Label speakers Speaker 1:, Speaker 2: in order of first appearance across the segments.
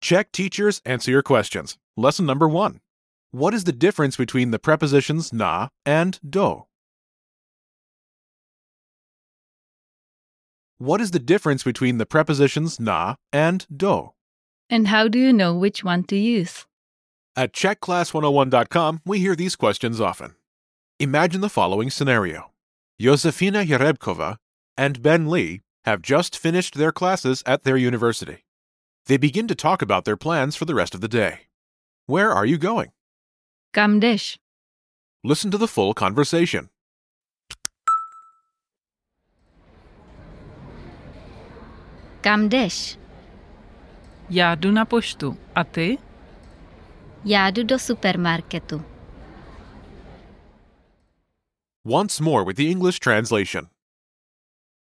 Speaker 1: Check teachers answer your questions. Lesson number one What is the difference between the prepositions na and do? What is the difference between the prepositions na and do?
Speaker 2: And how do you know which one to use?
Speaker 1: At checkclass101.com, we hear these questions often. Imagine the following scenario Yosefina Yerebkova and Ben Lee have just finished their classes at their university. They begin to talk about their plans for the rest of the day. Where are you going?
Speaker 2: Kamdesh.
Speaker 1: Listen to the full conversation.
Speaker 3: Kamdesh,
Speaker 4: Já jdu na poštu. A ty?
Speaker 3: já jdu do supermarketu.
Speaker 1: Once more with the English translation.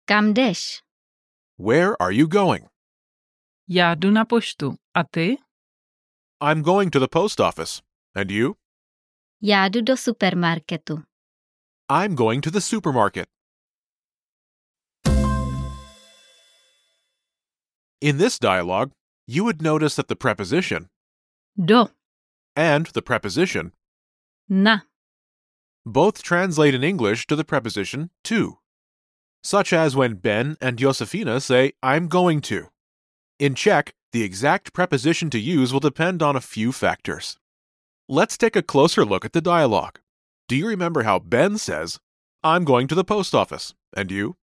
Speaker 3: Kamdesh,
Speaker 1: Where are you going?
Speaker 4: Já jdu na poštu. A ty?
Speaker 1: I'm going to the post office. And you?
Speaker 3: já jdu do supermarketu.
Speaker 1: I'm going to the supermarket. In this dialogue, you would notice that the preposition
Speaker 2: Do.
Speaker 1: and the preposition
Speaker 2: Na.
Speaker 1: both translate in English to the preposition to, such as when Ben and Josefina say, I'm going to. In Czech, the exact preposition to use will depend on a few factors. Let's take a closer look at the dialogue. Do you remember how Ben says, I'm going to the post office, and you?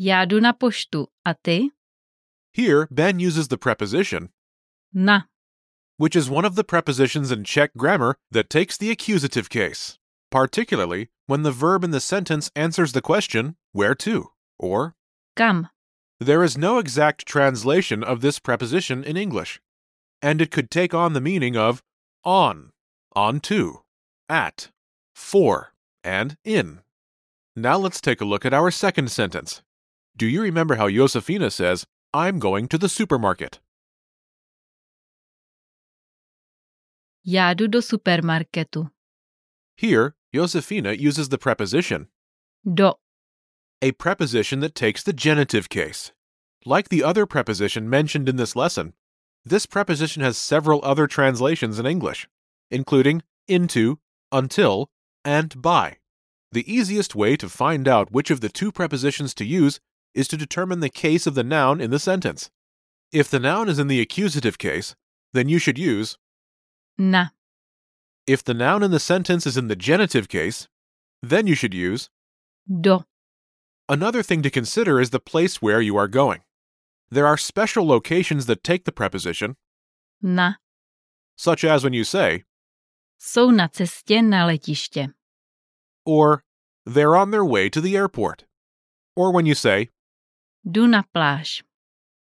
Speaker 2: Já jdu na poštu. A ty?
Speaker 1: Here, Ben uses the preposition,
Speaker 2: Na.
Speaker 1: which is one of the prepositions in Czech grammar that takes the accusative case, particularly when the verb in the sentence answers the question, where to, or
Speaker 2: Kam.
Speaker 1: There is no exact translation of this preposition in English, and it could take on the meaning of on, on to, at, for, and in. Now let's take a look at our second sentence. Do you remember how Josefina says, I'm going to the supermarket?
Speaker 2: Já jdu do supermarketu.
Speaker 1: Here, Josefina uses the preposition,
Speaker 2: Do.
Speaker 1: a preposition that takes the genitive case. Like the other preposition mentioned in this lesson, this preposition has several other translations in English, including into, until, and by. The easiest way to find out which of the two prepositions to use is to determine the case of the noun in the sentence. If the noun is in the accusative case, then you should use
Speaker 2: Na.
Speaker 1: if the noun in the sentence is in the genitive case, then you should use
Speaker 2: Do.
Speaker 1: Another thing to consider is the place where you are going. There are special locations that take the preposition,
Speaker 2: Na.
Speaker 1: such as when you say,
Speaker 2: Jsou na cestě na letiště.
Speaker 1: or they're on their way to the airport, or when you say,
Speaker 2: Jdu na pláž.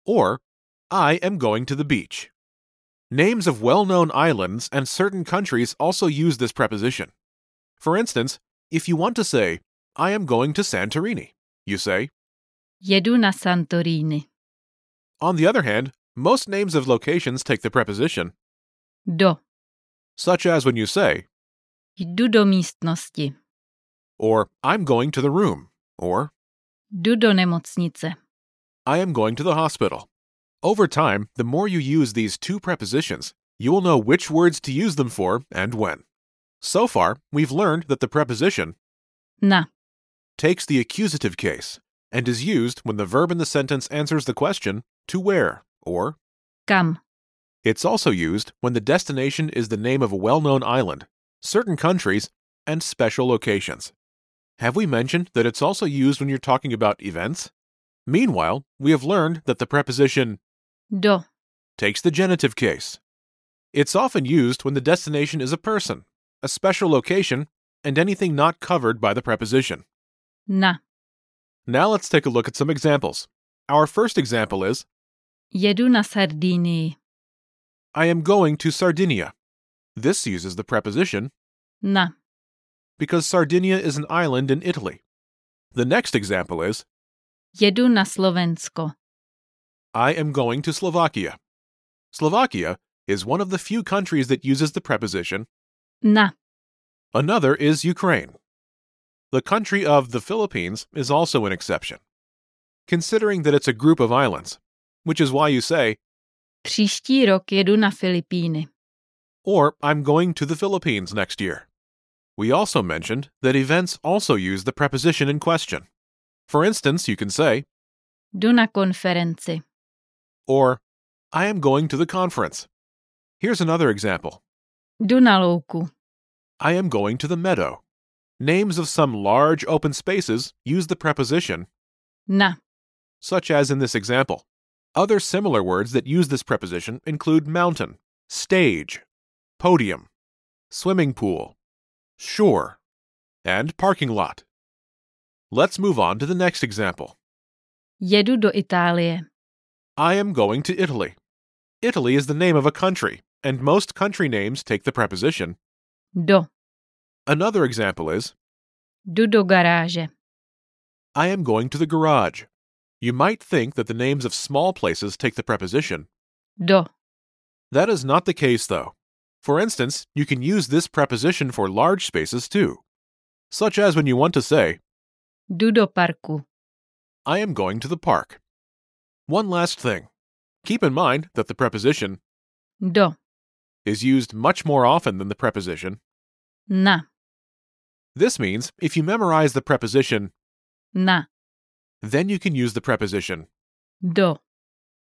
Speaker 1: or I am going to the beach. Names of well known islands and certain countries also use this preposition. For instance, if you want to say, I am going to Santorini, you say,
Speaker 2: Jedu na Santorini.
Speaker 1: on the other hand, most names of locations take the preposition,
Speaker 2: Do.
Speaker 1: such as when you say,
Speaker 2: Jdu do místnosti.
Speaker 1: or I'm going to the room, or
Speaker 2: Jdu do nemocnice.
Speaker 1: I am going to the hospital. Over time, the more you use these two prepositions, you will know which words to use them for and when. So far, we've learned that the preposition
Speaker 2: Na.
Speaker 1: takes the accusative case and is used when the verb in the sentence answers the question to where or
Speaker 2: Kam.
Speaker 1: It's also used when the destination is the name of a well known island, certain countries, and special locations. Have we mentioned that it's also used when you're talking about events? Meanwhile, we have learned that the preposition
Speaker 2: Do.
Speaker 1: takes the genitive case. It's often used when the destination is a person, a special location, and anything not covered by the preposition.
Speaker 2: Na.
Speaker 1: Now let's take a look at some examples. Our first example is
Speaker 2: Jedu na Sardinii.
Speaker 1: I am going to Sardinia. This uses the preposition
Speaker 2: Na.
Speaker 1: because Sardinia is an island in Italy. The next example is
Speaker 2: Jedu na Slovensko.
Speaker 1: I am going to Slovakia. Slovakia is one of the few countries that uses the preposition,
Speaker 2: Na.
Speaker 1: another is Ukraine. The country of the Philippines is also an exception. Considering that it's a group of islands, which is why you say,
Speaker 2: Příští rok jedu na Filipíny.
Speaker 1: or I'm going to the Philippines next year. We also mentioned that events also use the preposition in question. For instance, you can say,
Speaker 2: Jdu na konferenci.
Speaker 1: or I am going to the conference. Here's another example
Speaker 2: Jdu na louku.
Speaker 1: I am going to the meadow. Names of some large open spaces use the preposition,
Speaker 2: Na.
Speaker 1: such as in this example. Other similar words that use this preposition include mountain, stage, podium, swimming pool, shore, and parking lot. Let's move on to the next example.
Speaker 2: Jedu do Itálie.
Speaker 1: I am going to Italy. Italy is the name of a country, and most country names take the preposition.
Speaker 2: Do.
Speaker 1: Another example is
Speaker 2: Jdu do garáže.
Speaker 1: I am going to the garage. You might think that the names of small places take the preposition.
Speaker 2: Do.
Speaker 1: That is not the case, though. For instance, you can use this preposition for large spaces too, such as when you want to say,
Speaker 2: Jdu do parku.
Speaker 1: I am going to the park. One last thing. Keep in mind that the preposition
Speaker 2: Do.
Speaker 1: is used much more often than the preposition.
Speaker 2: Na.
Speaker 1: This means if you memorize the preposition,
Speaker 2: Na.
Speaker 1: then you can use the preposition
Speaker 2: Do.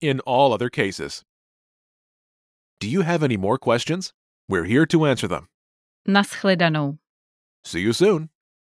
Speaker 1: in all other cases. Do you have any more questions? We're here to answer them.
Speaker 2: Naschledanou.
Speaker 1: See you soon.